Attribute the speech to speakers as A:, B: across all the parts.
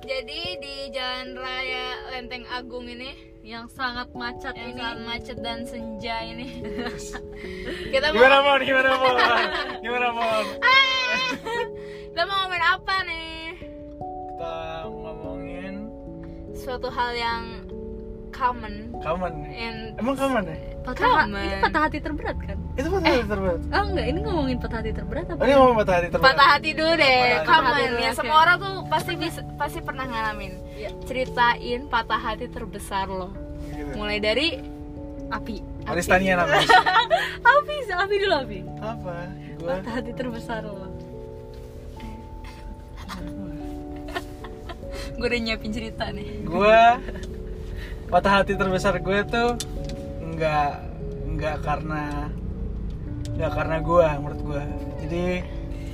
A: jadi di Jalan Raya Lenteng Agung ini
B: yang sangat macet
A: yang
B: ini.
A: sangat macet dan senja ini. kita
C: Gimana
A: mau
C: mon? Gimana mon? Gimana mon?
A: kita mau ngomongin apa nih?
C: Kita ngomongin
A: Suatu hal yang common
C: common.
A: in
C: Emang common ya?
B: Patah,
A: Common.
B: ini patah hati terberat kan?
C: Itu patah hati terberat.
B: Oh enggak, ini ngomongin patah hati terberat apa?
C: Oh, ini ngomong patah hati terberat.
A: patah hati dulu deh,
C: Patah hati.
A: common
B: Patah hati,
A: ya
B: oke.
A: semua orang tuh pasti bisa- pasti pernah ngalamin.
B: Iya.
A: Ceritain patah hati terbesar lo.
C: Gitu.
A: Mulai dari
B: Api.
C: Aris Tania namanya.
B: Api, api dulu api.
C: Apa? Gua.
B: Patah hati terbesar lo.
A: gue udah nyiapin cerita nih.
C: Gua patah hati terbesar gue tuh nggak nggak karena nggak karena gue menurut gue. Jadi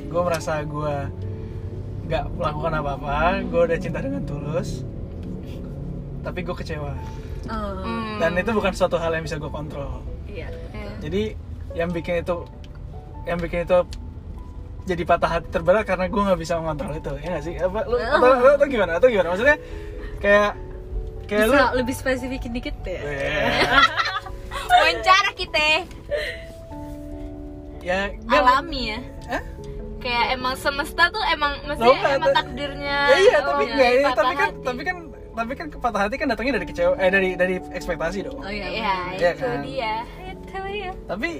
C: gue merasa gue nggak melakukan apa-apa. Gue udah cinta dengan tulus. Tapi gue kecewa.
B: Oh,
A: Hmm.
C: Dan itu bukan suatu hal yang bisa gue kontrol.
B: iya.
A: Eh,
C: jadi yang bikin itu yang bikin itu jadi patah hati terberat karena gue nggak bisa mengontrol itu ya nggak sih apa
A: Oh.
C: lu atau, lu- atau gimana atau gimana maksudnya kayak kayak lu
B: Bisa lebih spesifik dikit ya.
C: Eh,
A: Wawancara kita
C: ya nggak,
A: alami ya.
C: Hah?
A: Kayak emang semesta tuh emang mesti
C: Loh, nggak,
A: emang
C: ta-
A: takdirnya.
C: ya iya tapi
A: orang
C: nggak
A: yang
C: ya,
A: Oh, patah
C: tapi kan
A: hati.
C: tapi kan tapi kan patah hati kan datangnya dari kecewa eh dari dari ekspektasi dong
B: Oh iya.
A: Iya,
C: Iya
A: itu
C: kan?
A: dia. Itu ya.
C: tapi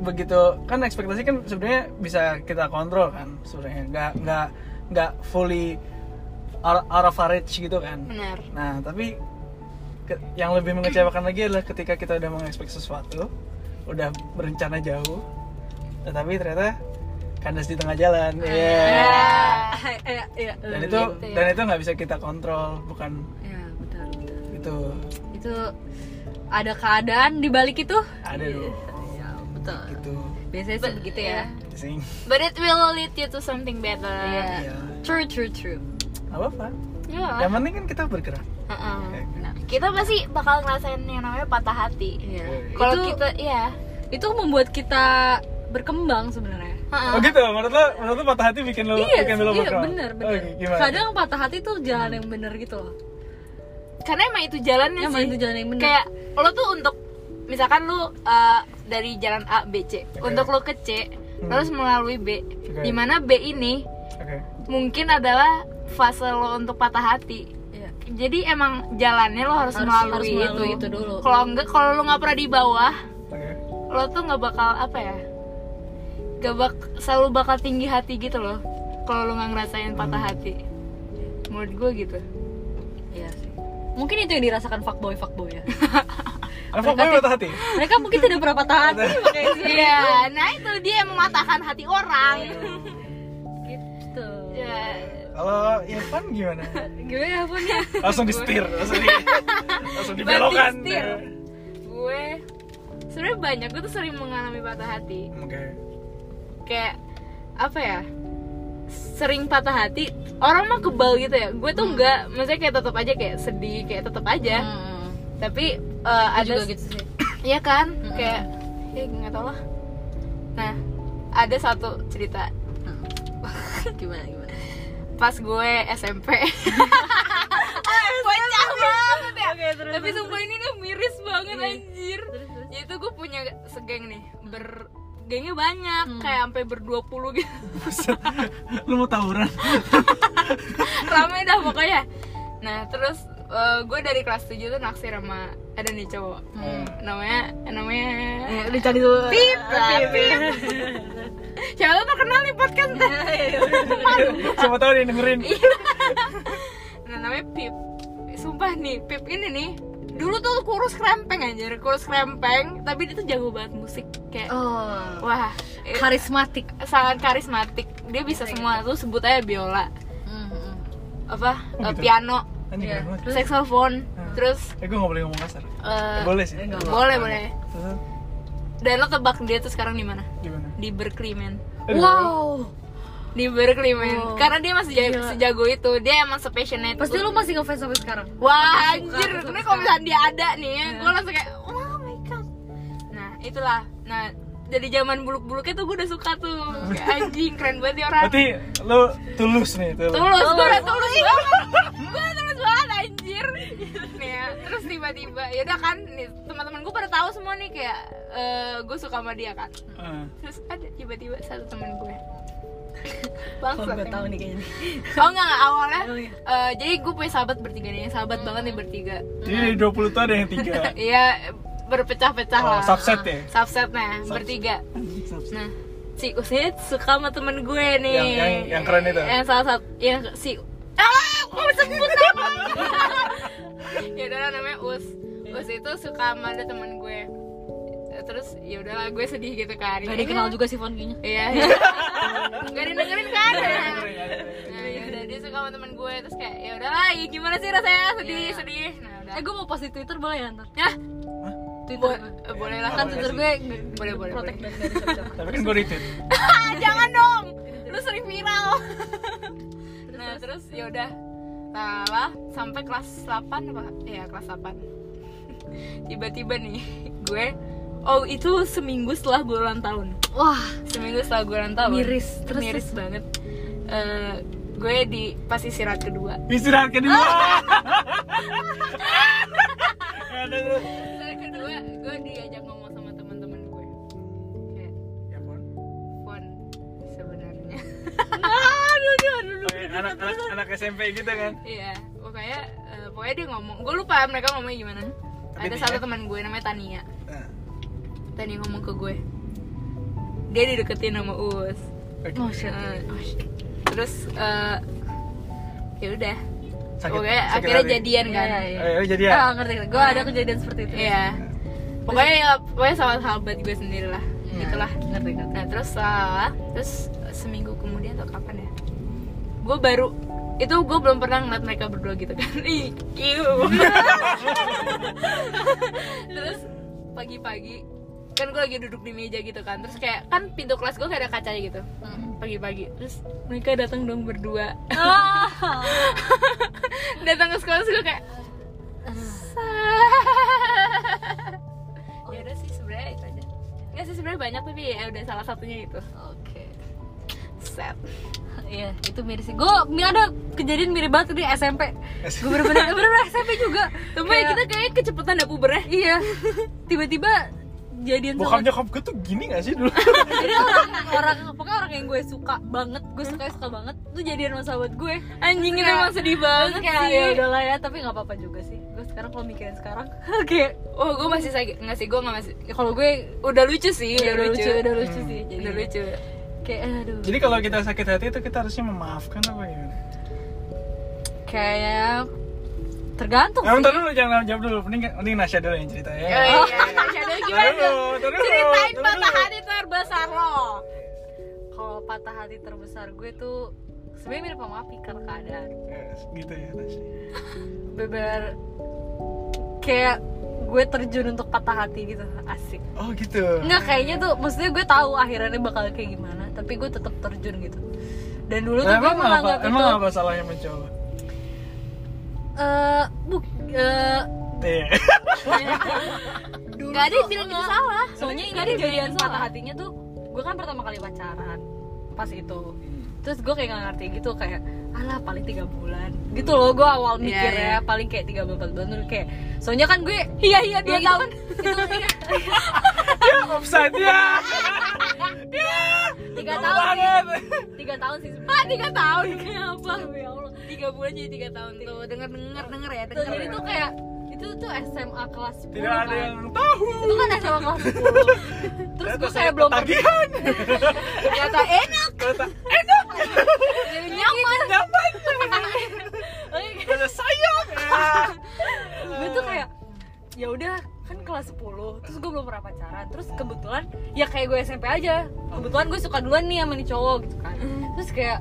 C: begitu kan ekspektasi kan sebenarnya bisa kita kontrol kan sebenarnya nggak nggak nggak fully out out of our reach gitu kan
A: Benar.
C: Nah, tapi ke- yang lebih mengecewakan lagi adalah ketika kita udah mengekspek sesuatu, udah berencana jauh, tetapi ternyata kandas di tengah jalan. Iya.
B: Eh, eh, iya.
C: Dan itu
A: Gitu ya.
C: dan itu nggak bisa kita kontrol, bukan
B: Ya, betul, betul.
C: itu
B: Itu ada keadaan di balik itu?
C: ada dong.
B: Ya, betul.
C: Gitu.
B: Biasanya sih begitu ya.
C: Sing.
A: But it will lead you to something better.
B: Iya.
C: Iya.
B: True, true, true.
C: Apa apa?
A: Iya.
C: Yang penting kan kita bergerak.
A: Heeh.
C: Kayak-
A: Kita pasti bakal ngerasain yang namanya patah hati.
B: Iya.
A: Kalau
B: Itu-
A: kita iya.
B: itu membuat kita berkembang sebenarnya.
A: Heeh.
C: Oh gitu, menurut lo, menurut lo patah hati bikin lo
B: Iya,
C: bikin lo
B: iya
C: bergerak?
B: bener,
C: Oh,
B: bener.
C: gimana?
B: Kadang patah hati tuh jalan yang bener gitu loh.
A: Karena emang itu jalannya
B: Yang
A: sih.
B: itu jalan yang bener.
A: kayak lo tuh untuk misalkan lo uh, dari jalan A B C untuk lo ke C
B: Hmm.
A: lo harus melalui B
C: Oke.
A: dimana B ini
C: Oke.
A: mungkin adalah fase lo untuk patah hati
B: Iya.
A: jadi emang jalannya lo harus,
B: Harus-
A: melalui,
B: harus melalui
A: itu,
B: itu dulu.
A: kalau enggak kalau lo nggak pernah di bawah
C: Oke.
A: lo tuh nggak bakal apa ya gak bak selalu bakal tinggi hati gitu loh kalau lo nggak ngerasain patah hati menurut gue gitu
B: Iya sih. Mungkin itu yang dirasakan fuckboy fuckboy ya.
C: Apa kamu patah hati?
B: Mereka mungkin tidak pernah patah hati makanya itu.
A: iya nah itu dia yang mematahkan hati orang
B: Gitu.
A: Ya,
C: Kalau Irfan gimana?
B: Gimana ya pun ya?
C: langsung di setir langsung di langsung dibelokkan
A: Banting setir. gue sebenarnya banyak gue tuh sering mengalami patah hati
C: oke
A: kayak apa ya sering patah hati orang mah kebal gitu ya gue tuh enggak maksudnya kayak tetap aja kayak sedih kayak tetap aja
B: Hmm.
A: tapi eh,
B: Aku
A: ada
B: juga gitu sih.
A: Iya kan
B: Mm-mm.
A: kayak ya nggak tau lah nah ada satu cerita
B: Hmm. gimana gimana?
A: pas gue SMP bocah banget ya
B: Oke, terus,
A: tapi
B: terus,
A: sumpah ini tuh miris banget
B: Iya.
A: anjir Ya
B: Terus, terus.
A: itu gue punya segeng nih ber gengnya banyak
B: Mm.
A: kayak sampai berdua puluh gitu
C: lu mau tawuran
A: ramai dah pokoknya nah terus eh, gue dari kelas 7 tuh naksir sama ada nih cowok
B: Hmm.
A: namanya namanya
B: Dicari Eh, dulu.
A: Pip lah, Pip. Nah, siapa tuh terkenal nih podcast ntar.
B: Ya,
C: siapa tahu dia dengerin
A: nah namanya Pip sumpah nih Pip ini nih dulu tuh kurus krempeng anjir kurus krempeng tapi dia tuh jago banget musik kayak
B: Oh.
A: wah eh,
B: Karismatik.
A: sangat karismatik dia bisa semua tuh sebut aja biola
B: Hmm.
A: apa
C: Oh,
A: eh,
C: gitu.
A: piano
C: anjing
B: Iya.
C: keren banget
A: saxophone
C: Hmm.
A: terus
C: eh gue gak boleh ngomong kasar
A: eh,
C: Eh, boleh sih
B: enggak.
A: boleh boleh
C: Terus,
A: dan lo tebak dia tuh sekarang di mana
C: gimana
A: di Berkeley men
C: Aduh.
B: Wow.
A: di Berkeley men
B: Wow.
A: karena dia masih jago,
B: Gila.
A: sejago itu dia emang sepassionate
B: Pasti
A: itu.
B: lu masih ngefans sampai sekarang.
A: wah
B: Aku suka,
A: anjir
B: aku suka. Iya.
A: ini kalau misalnya dia ada nih gue langsung kayak oh my god nah itulah nah dari zaman buluk-buluknya tuh gue udah suka tuh Kayak anjing keren banget ya orang
C: Berarti lu tulus nih, tulus.
A: tulus gue udah tulus banget gue tulus banget anjir nih ya, terus tiba-tiba ya udah kan nih teman-teman gue pada tahu semua nih kayak gue suka sama dia kan
C: Heeh.
A: terus ada tiba-tiba satu teman gue
B: Oh,
A: bangsat
B: gue tahu
A: emang.
B: nih kayaknya.
A: oh enggak, enggak awalnya
B: Oh, iya. Hmm.
A: eh, jadi gue punya sahabat bertiga nih sahabat banget nih bertiga
C: Jadi dari 20 tuh ada yang tiga.
A: Iya berpecah-pecah
C: Oh,
A: lah
C: subset ya?
A: subsetnya
C: Subset.
A: bertiga nah si Usid suka sama temen gue nih
C: Yang- yang- yang keren itu?
A: yang salah satu yang si ah mau sebut nama ya udahlah namanya Us Us itu suka sama ada temen gue terus ya udahlah gue sedih gitu kan
B: Gak dikenal juga sih Fon kayaknya.
A: iya iya. nggak didengerin kan nah ya udah dia suka sama temen gue terus kayak ya udahlah ya gimana sih rasanya sedih
B: Iya.
A: sedih nah udah
B: Eh gue mau post di Twitter boleh ya ntar?
A: Hah?
B: Twitter.
A: Bo- eh, boleh lah
B: kan Twitter gue
A: Boleh, boleh,
B: Protect
A: boleh.
B: dari dari siapa-siapa.
C: Tapi kan gue retweet.
A: Ah, jangan dong lu sering viral nah terus ya udah salah sampai kelas 8 apa ya kelas 8 tiba-tiba nih gue oh itu seminggu setelah gue ulang tahun
B: Wah,
A: seminggu setelah gue ulang tahun
B: Miris. Terus,
A: miris
B: terus.
A: banget Eh, gue di pas istirahat kedua
C: Istirahat kedua. Gak ada tuh.
A: istirahat kedua gue diajak ngomong sama teman-teman gue kayak
C: Ya, Pon.
A: fon sebenarnya
B: aduh dia aduh. aduh.
C: Oke, Anak, anak, anak SMP gitu kan.
A: Iya, pokoknya eh, pokoknya dia ngomong. Gue lupa mereka ngomongnya gimana.
C: Tapi
A: Ada
C: dia-
A: satu teman gue namanya Tania. Tania ngomong ke gue. Dia dideketin sama Us.
C: Oke.
B: Oh shit.
A: Eh, oh, shit. Terus eh ya udah.
C: Sakit-
A: Pokoknya
C: sakit
A: akhirnya
C: hati.
A: jadian kan.
B: Iya, iya,
C: Eh, jadi ya.
B: Ah, ngerti ngerti. Gue ada kejadian seperti itu.
A: Iya. Pokoknya ya, pokoknya sama sahabat gue sendiri lah.
B: Nah,
A: Itulah.
B: Ngerti ngerti.
A: Nah terus eh, terus eh, seminggu kemudian atau kapan ya? Gue baru itu gue belum pernah ngeliat mereka berdua gitu kan. Ih, kiu. terus pagi-pagi kan gue lagi duduk di meja gitu kan. Terus kayak kan pintu kelas gue kayak ada kacanya gitu. Pagi-pagi terus mereka datang dong berdua.
B: Ah.
A: datang ke sekolah terus gue kayak
B: Oh.
A: ya udah sih sebenarnya itu aja. Enggak sih sebenarnya banyak tapi ya udah salah satunya itu.
B: Oke.
A: Set.
B: Iya, itu mirip sih. Gue ada kejadian mirip banget tuh di SMP. Gue bener-bener, bener-bener SMP juga.
A: Tapi
B: Kayak-
A: ya, kita kayaknya kecepatan ya, dapur berah.
B: iya. Tiba-tiba jadian
C: Bokap
B: sama
C: nyokap gue tuh gini gak sih dulu?
B: jadi orang orang pokoknya orang yang gue suka banget gue suka suka banget tuh jadian sama sahabat gue
A: Anjing itu
B: Kayak-
A: emang sedih banget
B: Terus kayak
A: sih.
B: ya udahlah ya tapi nggak apa-apa juga sih gue sekarang kalau mikirin sekarang kayak
A: Oh, gue masih sakit. Enggak sih, gue enggak masih.
B: ya kalau gue ya
A: Udah lucu sih, udah,
B: udah, Iya, lucu, udah Iya. lucu sih jadi
A: Udah lucu.
B: kayak aduh
C: Jadi kalau kita sakit hati itu kita harusnya memaafkan apa gimana?
B: kayak tergantung
C: Nah,
B: sih
C: bentar dulu jangan jawab dulu. Mending mending Nasya dulu yang cerita
A: Eh,
C: ya.
A: iya, Shadow
C: Bentar
A: gimana? tuh?
C: dulu, bentar dulu,
A: Ceritain
C: bentar
A: patah
C: dulu.
A: hati terbesar lo.
B: kalau patah hati terbesar gue tuh sebenarnya mirip sama Api karena keadaan
C: Ya, Gitu ya Nasya.
B: beber kayak gue terjun untuk patah hati gitu asik
C: Oh gitu.
B: Enggak kayaknya tuh maksudnya gue tahu akhirannya bakal kayak gimana, tapi gue tetap terjun gitu. Dan dulu
C: Nah,
B: tuh gue
C: emang apa?
B: menganggap itu
C: Emang apa salahnya mencoba?
B: eh bu eh
C: Iya.
B: dulu
A: Enggak ada
B: tuh
A: yang bilang itu
B: enggak.
A: salah. Nggak
B: Soalnya ini
A: ada yang bilang
B: kejadian
A: itu
B: patah
A: salah.
B: hatinya tuh gue kan pertama kali pacaran pas itu. Terus gue kayak gak ngerti gitu kayak alah paling tiga bulan gitu loh gue awal
A: Iya,
B: mikir
A: iya.
B: ya paling kayak tiga bulan empat bulan terus kayak soalnya kan gue iya iya
A: dua
B: gitu
A: tahun.
B: kan, itu kan
C: Ya, offside ya.
B: tiga
C: Lama
B: tahun sih
C: banget.
B: tiga tahun sih
A: Ah,
B: sebenarnya
A: tiga tahun.
B: apa ya Allah
A: Tiga bulan jadi tiga tahun tuh. Dengar dengar dengar ya.
B: Tuh,
A: Denger.
B: jadi tuh kayak itu tuh SMA kelas 10
C: Tidak
B: kan.
C: ada yang tahu.
B: Itu kan SMA kelas 10. Terus gue
C: Ternyata
B: kayak belum eh,
C: ketagihan.
A: ternyata enak,
C: Ternyata
A: jadi nyaman. Ya.
C: nyaman.
B: Oke,
C: Ternyata sayang.
B: Gue tuh kayak ya udah kan kelas 10 terus gue belum pernah pacaran terus kebetulan ya kayak gue SMP aja kebetulan gue suka duluan nih sama nih cowok gitu kan
A: Hmm.
B: terus kayak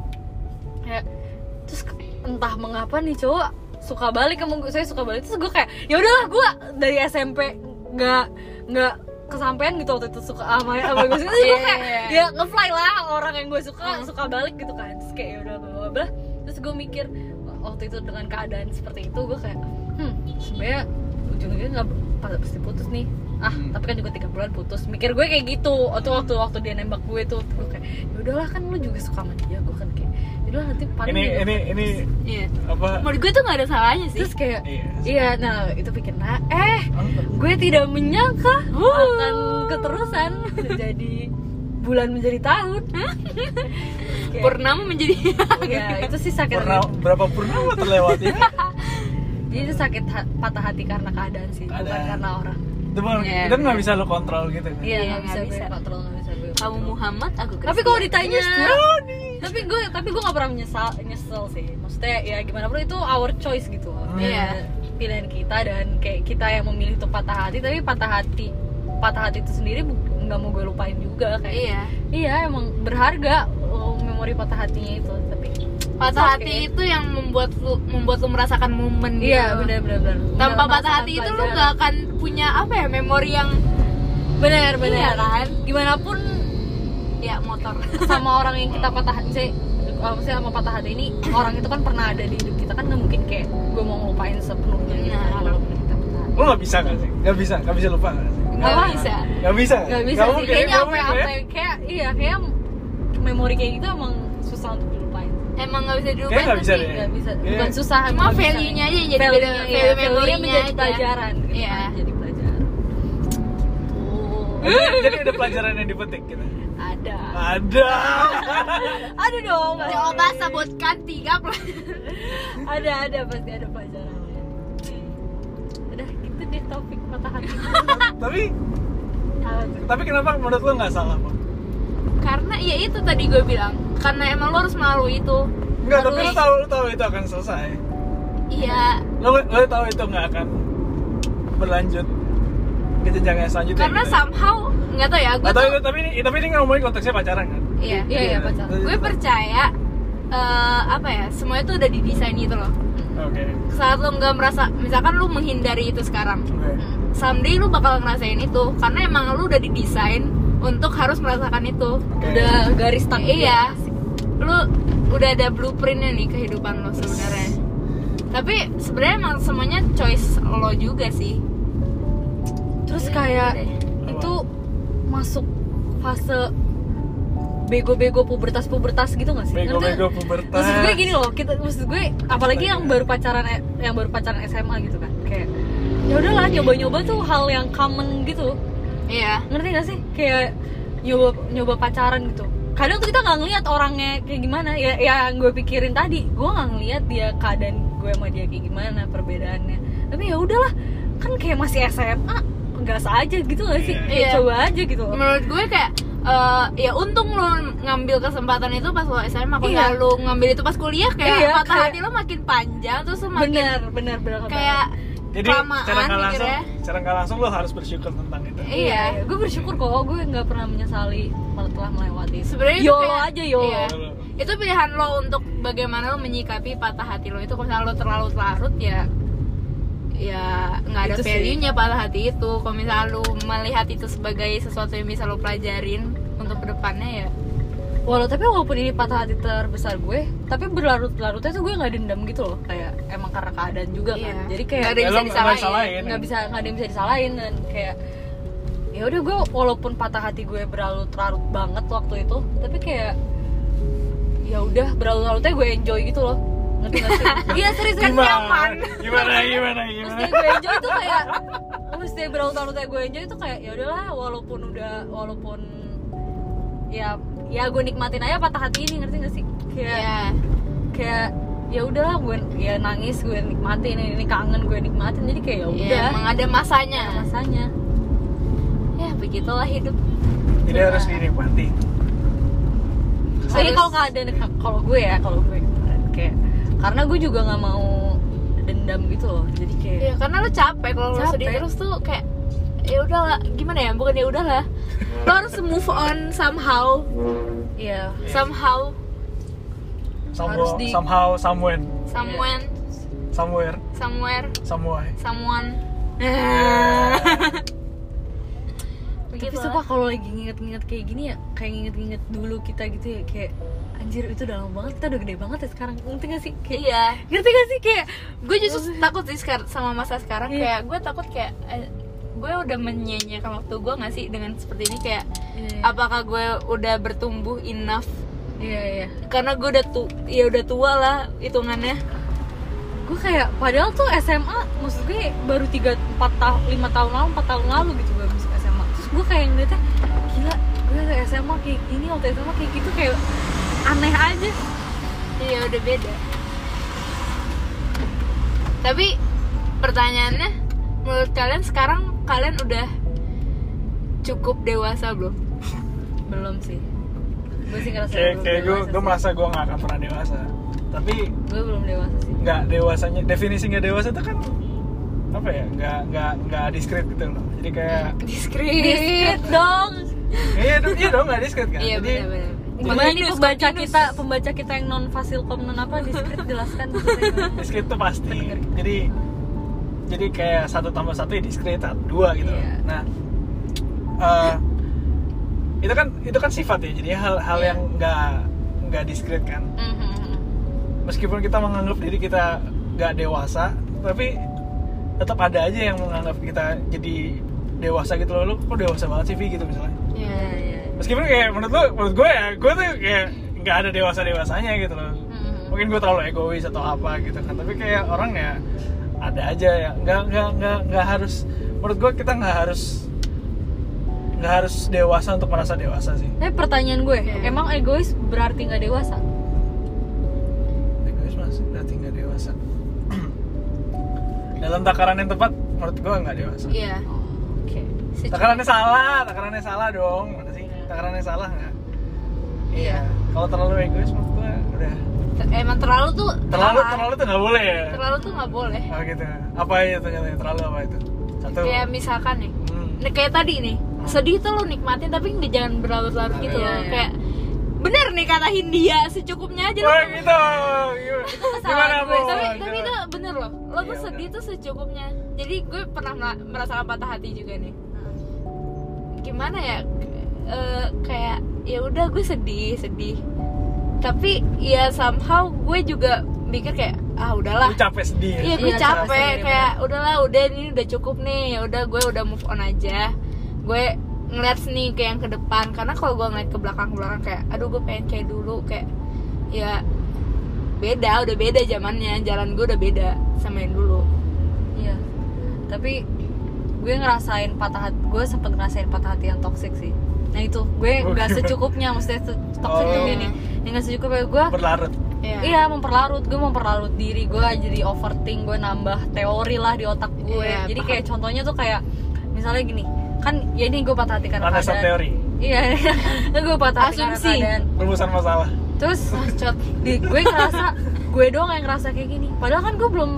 B: kayak terus ke- entah mengapa nih cowok suka balik sama gue saya suka balik terus gue kayak ya udahlah gue dari SMP nggak nggak kesampaian gitu waktu itu suka sama sama gue terus gue kayak
A: Iya, iya, iya.
B: ya ngefly lah orang yang gue suka suka balik gitu kan terus kayak ya udah bla bla bla. terus gue mikir waktu itu dengan keadaan seperti itu gue kayak hmm sebenarnya ujung-ujungnya nggak pas- pasti putus nih ah
C: Hmm.
B: tapi kan juga tiga bulan putus mikir gue kayak gitu waktu waktu waktu dia nembak gue tuh gue kayak ya udahlah kan lu juga suka sama dia gue kan kayak yaudahlah nanti paling gitu.
C: ini
B: juga
C: ini ini
A: Iya.
C: apa
A: Menurut gue tuh nggak ada salahnya sih.
B: terus kayak
C: iya
B: iya nah itu pikir nah eh
C: Enggak.
B: gue tidak menyangka
A: Wuh.
B: akan keterusan menjadi bulan menjadi tahun Kayak-
A: Purnama menjadi
B: ya itu sih sakit
C: Purna, berapa purnama terlewati ya?
B: jadi itu sakit ha- patah hati karena keadaan sih bukan
C: Keadaan.
B: karena orang
C: itu bukan
A: Iya,
C: itu nggak
A: iya.
C: bisa lo kontrol gitu kan
B: iya
A: Iya,
B: nggak bisa
A: nggak
B: gue
A: bisa.
B: kontrol nggak bisa gue
A: kamu
B: kontrol.
A: Muhammad, aku Iya. Kristus.
B: tapi kalau ditanya tapi gue tapi gue nggak pernah menyesal nyesel sih maksudnya ya gimana pun itu our choice gitu loh
C: Hmm.
A: Iya.
B: pilihan kita dan kayak kita yang memilih untuk patah hati tapi patah hati patah hati itu sendiri bu- nggak mau gue lupain juga kayak
A: iya.
B: Iya emang berharga oh, memori patah hatinya itu tapi
A: Patah
B: Oke.
A: hati itu yang membuat lu membuat lu merasakan momen gitu.
B: iya benar benar benar
A: Tanpa patah hati itu lu nggak akan punya apa ya memori yang
B: benar benar
A: Iya kan?
B: gimana pun
A: ya motor.
B: sama orang yang kita patah hati saya kalau misalnya sama patah hati ini orang itu kan pernah ada di hidup kita kan nggak mungkin kayak gue mau ngelupain sepenuhnya gitu
A: Nah.
B: nah. walaupun kita patah hati
C: lo nggak bisa nggak sih nggak bisa nggak bisa lupa nggak sih?
A: Nggak
B: Nggak
A: bisa.
C: nggak bisa
B: nggak bisa sih
C: mungkin,
B: kayaknya
C: nggak
B: apa
C: mungkin, ya?
B: apa kayak iya kayak memori kayak gitu emang susah untuk dilupain
A: Emang nggak bisa dilupain
C: Kayaknya nggak bisa
A: tapi-
C: deh.
B: nggak bisa
C: Iya.
B: bukan susah
A: Cuma
B: nggak bisa.
A: value-nya aja yang jadi
B: Value-nya,
A: beda-
B: iya,
A: value
B: value-nya
A: memorinya
B: menjadi
A: aja.
B: pelajaran gitu
A: Iya.
B: kan, jadi pelajaran
C: Jadi, jadi ada pelajaran yang dipetik gitu
B: ada
C: ada Ah.
B: ada dong
C: Nah.
B: ya pasti.
A: Coba sebutkan tiga pelajaran.
B: ada ada pasti ada pelajarannya udah gitu deh topik patah hati
C: tapi
B: Apa tuh?
C: tapi kenapa menurut lo nggak salah Pak?
A: Karena ya itu tadi gue bilang. Karena emang lo harus melalui itu.
C: Enggak, tapi lo
A: Harus-
C: tahu lo tahu itu akan selesai.
A: Iya.
C: Lo lo tahu itu nggak akan berlanjut ke jenjang yang selanjutnya.
A: Karena
C: gitu.
A: somehow nggak tau ya gue
C: Nggak tahu,
A: tuh.
C: Nah, tapi ini tapi ini ngomongin konteksnya pacaran kan.
A: Iya.
B: iya iya pacaran
A: gue percaya eh, apa ya semuanya tuh udah didesain gitu loh
C: Oke.
A: saat lo nggak merasa misalkan lo menghindari itu sekarang
C: Oke.
A: someday lo bakal ngerasain itu karena emang lo udah didesain untuk harus merasakan itu
C: Oke.
B: udah garis tak
A: iya lo udah ada blueprintnya nih kehidupan lo sebenarnya tapi sebenarnya emang semuanya choice lo juga sih
B: terus kayak itu masuk fase bego-bego pubertas pubertas gitu gak sih Ngerti?
C: Bego-bego pubertas.
B: maksud gue gini loh kita maksud gue apalagi yang baru pacaran yang baru pacaran SMA gitu kan kayak ya udahlah nyoba-nyoba tuh hal yang common gitu
A: iya
B: ngerti gak sih kayak nyoba nyoba pacaran gitu kadang tuh kita nggak ngelihat orangnya kayak gimana ya ya yang gue pikirin tadi gue nggak ngelihat dia keadaan gue sama dia kayak gimana perbedaannya tapi ya udahlah kan kayak masih SMA gas aja gitu gak sih
C: Iya.
B: Kayak
A: Iya.
B: coba aja gitu
A: menurut gue kayak eh, ya untung lo ngambil kesempatan itu pas lo SMA kalau
B: Iya.
A: nggak lo ngambil itu pas kuliah kayak
B: Iya,
A: patah
B: kayak-
A: hati lo makin panjang terus lo makin
B: bener bener bener
A: kayak
C: Jadi
A: kelamaan
C: cara nggak langsung,
A: mikirnya.
C: cara nggak langsung lo harus bersyukur tentang itu.
A: Iya.
B: gitu ya. iya gue bersyukur kok gue nggak pernah menyesali malah telah melewati
A: Sebenarnya itu
B: yolo
A: kayak-
B: aja yolo
A: Iya. itu pilihan lo untuk bagaimana lo menyikapi patah hati lo itu kalau misalnya lo terlalu larut ya ya nggak ada
B: Itu sih.
A: value nya patah hati itu kalau misalnya lo melihat itu sebagai sesuatu yang bisa lo pelajarin untuk kedepannya ya
B: Walau tapi walaupun ini patah hati terbesar gue, tapi berlarut-larutnya tuh gue nggak dendam gitu loh, kayak emang karena keadaan juga kan.
A: Iya.
B: Jadi kayak
A: Nggak ada yang
C: Ya,
A: bisa
C: lo nggak
A: disalahin.
C: disalahin.
B: nggak bisa nggak ada yang bisa disalahin dan kayak ya udah gue walaupun patah hati gue berlarut-larut banget waktu itu, tapi kayak ya udah berlarut-larutnya gue enjoy gitu loh. Ngerti gak sih? Iya serius kan
C: Gimana?
A: nyaman.
C: Gimana? Gimana? Gimana?
B: Maksudnya gue enjoy itu kayak Maksudnya berlarut-larutnya gue enjoy itu kayak ya udahlah walaupun udah walaupun ya ya gue nikmatin aja patah hati ini ngerti gak sih? Kayak
A: ya
B: kayak ya udahlah gue ya nangis gue nikmatin ini, ini kangen gue nikmatin jadi kayak ya
A: ya,
B: udah
A: emang ada masanya
B: rasanya
A: ya begitulah hidup
C: Jadi harus dinikmati.
B: soalnya
A: Harus-
B: kalau keadaan kalau gue ya kalau gue kemarin kayak karena gue juga nggak mau dendam gitu loh jadi kayak
A: Iya, karena lo capek kalau lo
B: Capek.
A: sedih terus tuh kayak ya udahlah gimana ya bukan ya udahlah lo harus move on somehow
B: ya
A: somehow
C: Iya.
B: Harus
C: Somehow,
B: di-
C: somehow, somewhere,
A: someone
C: somewhere,
A: somewhere
C: somewhere.
A: someone
B: tapi
A: begitu
B: sumpah kalau lagi nginget-nginget kayak gini ya kayak nginget-nginget dulu kita gitu ya kayak anjir itu udah lama banget kita udah gede banget ya sekarang ngerti gak sih kayak
A: iya
B: ngerti gak sih kayak
A: gue justru takut sih sekar- sama masa sekarang
B: Iya.
A: kayak gue takut kayak eh, gue udah menyanyiakan waktu gue nggak sih dengan seperti ini kayak apakah gue udah bertumbuh enough
B: iya iya
A: karena gue udah tu ya udah tua lah hitungannya
B: gue kayak padahal tuh SMA maksud gue baru 3 4 tahun 5 tahun lalu 4 tahun lalu gitu gue masuk SMA terus gue kayak ngeliatnya gila gue tuh SMA kayak gini waktu SMA kayak gitu kayak aneh aja
A: Iya udah beda. Tapi pertanyaannya, menurut kalian sekarang kalian udah cukup dewasa belum?
B: belum sih gue sih ngerasa
C: kayak
B: belum
C: kayak gue
B: dewasa
C: gue
B: sih.
C: merasa gue nggak akan pernah dewasa tapi
B: gue belum dewasa sih
C: nggak dewasanya definisi nggak dewasa itu kan apa ya nggak nggak nggak diskret gitu loh jadi kayak
A: Diskrit.
B: dong
C: iya dong iya dong nggak diskret kan
A: Iya
C: jadi
A: benar-benar.
B: gimana nih
A: Continuous,
B: pembaca
A: continuous.
B: kita pembaca kita yang non fasilkom non apa di script jelaskan
C: diskret itu pasti jadi jadi kayak satu tambah satu ya diskret dua gitu loh.
B: Iya.
C: nah eh, itu kan itu kan sifat ya jadi hal hal
A: Iya.
C: yang nggak nggak diskret kan
A: Mhm.
C: meskipun kita menganggap diri kita nggak dewasa tapi tetap ada aja yang menganggap kita jadi dewasa gitu loh lu kok dewasa banget sih Vi gitu misalnya
A: Iya.
B: Iya, iya.
C: meskipun kayak menurut lu menurut gue ya gue tuh kayak nggak ada dewasa dewasanya gitu loh
A: Mhm.
C: mungkin gue terlalu egois atau apa gitu kan tapi kayak orang ya ada aja ya nggak nggak nggak nggak harus menurut gue kita nggak harus nggak harus dewasa untuk merasa dewasa sih
B: tapi pertanyaan gue
A: Iya.
B: emang egois berarti nggak dewasa
C: egois masih berarti nggak dewasa dalam takaran yang tepat menurut gue nggak dewasa
A: Iya.
B: oke
A: Sejuk-
C: takarannya salah takarannya salah dong mana sih takarannya salah nggak
A: Iya.
C: kalau terlalu egois menurut gue udah
A: Ter- Emang terlalu tuh
C: terlalu
A: salah.
C: terlalu tuh nggak boleh ya
A: Terlalu tuh nggak boleh.
C: oh gitu apa itu ternyata terlalu apa itu satu
A: Kayak misalkan nih,
C: Hmm.
A: Nah, kayak tadi nih sedih tuh lo nikmatin tapi nggak jangan berlarut-larut gitu
B: Iya,
A: loh
B: iya.
A: kayak bener nih kata Hindia secukupnya aja lo
C: Wah gitu. Gimana
B: kesalahan
C: bu?
B: gue.
A: tapi tapi
C: Gimana?
A: itu bener loh lo tuh
C: Iya,
A: sedih tuh secukupnya jadi gue pernah mela- merasakan patah hati juga nih gimana ya Eh, kayak ya udah gue sedih sedih tapi ya somehow gue juga mikir kayak ah udahlah
C: Lu capek sedih. ya?
A: Iya gue
B: Iya, capek
A: capek
B: sendiri,
A: kayak udahlah udah ini udah cukup nih ya udah gue udah move on aja gue ngeliat nih kayak yang ke depan karena kalau gue ngeliat ke belakang belakang kayak aduh gue pengen kayak dulu kayak ya beda udah beda zamannya jalan gue udah beda sama yang dulu
B: iya tapi gue ngerasain patah hati gue sempet ngerasain patah hati yang toxic sih nah itu gue nggak secukupnya maksudnya se- toxic
C: Oh.
B: juga nih yang nggak secukupnya gue
C: Berlarut.
B: Iya memperlarut, gue memperlarut diri gue jadi overthink, gue nambah teori lah di otak gue.
A: Iya,
B: jadi
A: paham.
B: kayak contohnya tuh kayak misalnya gini, kan ya ini gue patah hati karena
C: Landasan
B: keadaan.
C: teori.
B: Iya, gue patah hati karena
A: Asumsi.
B: keadaan.
C: Rumusan masalah.
B: Terus
A: Bacot.
B: di gue ngerasa gue doang yang ngerasa kayak gini. Padahal kan gue belum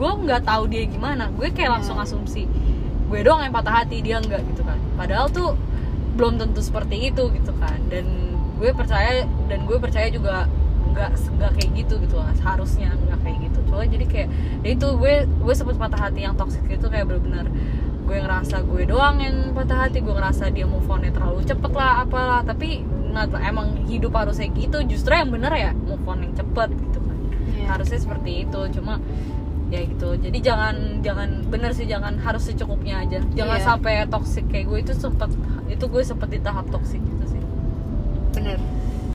B: gue nggak tahu dia gimana.
A: Iya.
B: Gue kayak langsung asumsi gue doang yang patah hati dia nggak gitu kan. Padahal tuh belum tentu seperti itu gitu kan. Dan gue percaya dan gue percaya juga nggak nggak kayak gitu gitu lah harusnya nggak kayak gitu cuma jadi kayak ya itu gue gue sempet patah hati yang toxic itu kayak bener-bener gue ngerasa gue doang yang patah hati gue ngerasa dia move onnya terlalu cepet lah apalah tapi nggak tahu, emang hidup harusnya gitu justru yang bener ya move on yang cepet gitu kan harusnya seperti itu cuma ya gitu jadi jangan jangan bener sih jangan harus secukupnya aja jangan
A: Iya.
B: sampai toxic kayak gue itu sempet itu gue sempet di tahap toxic gitu sih
A: bener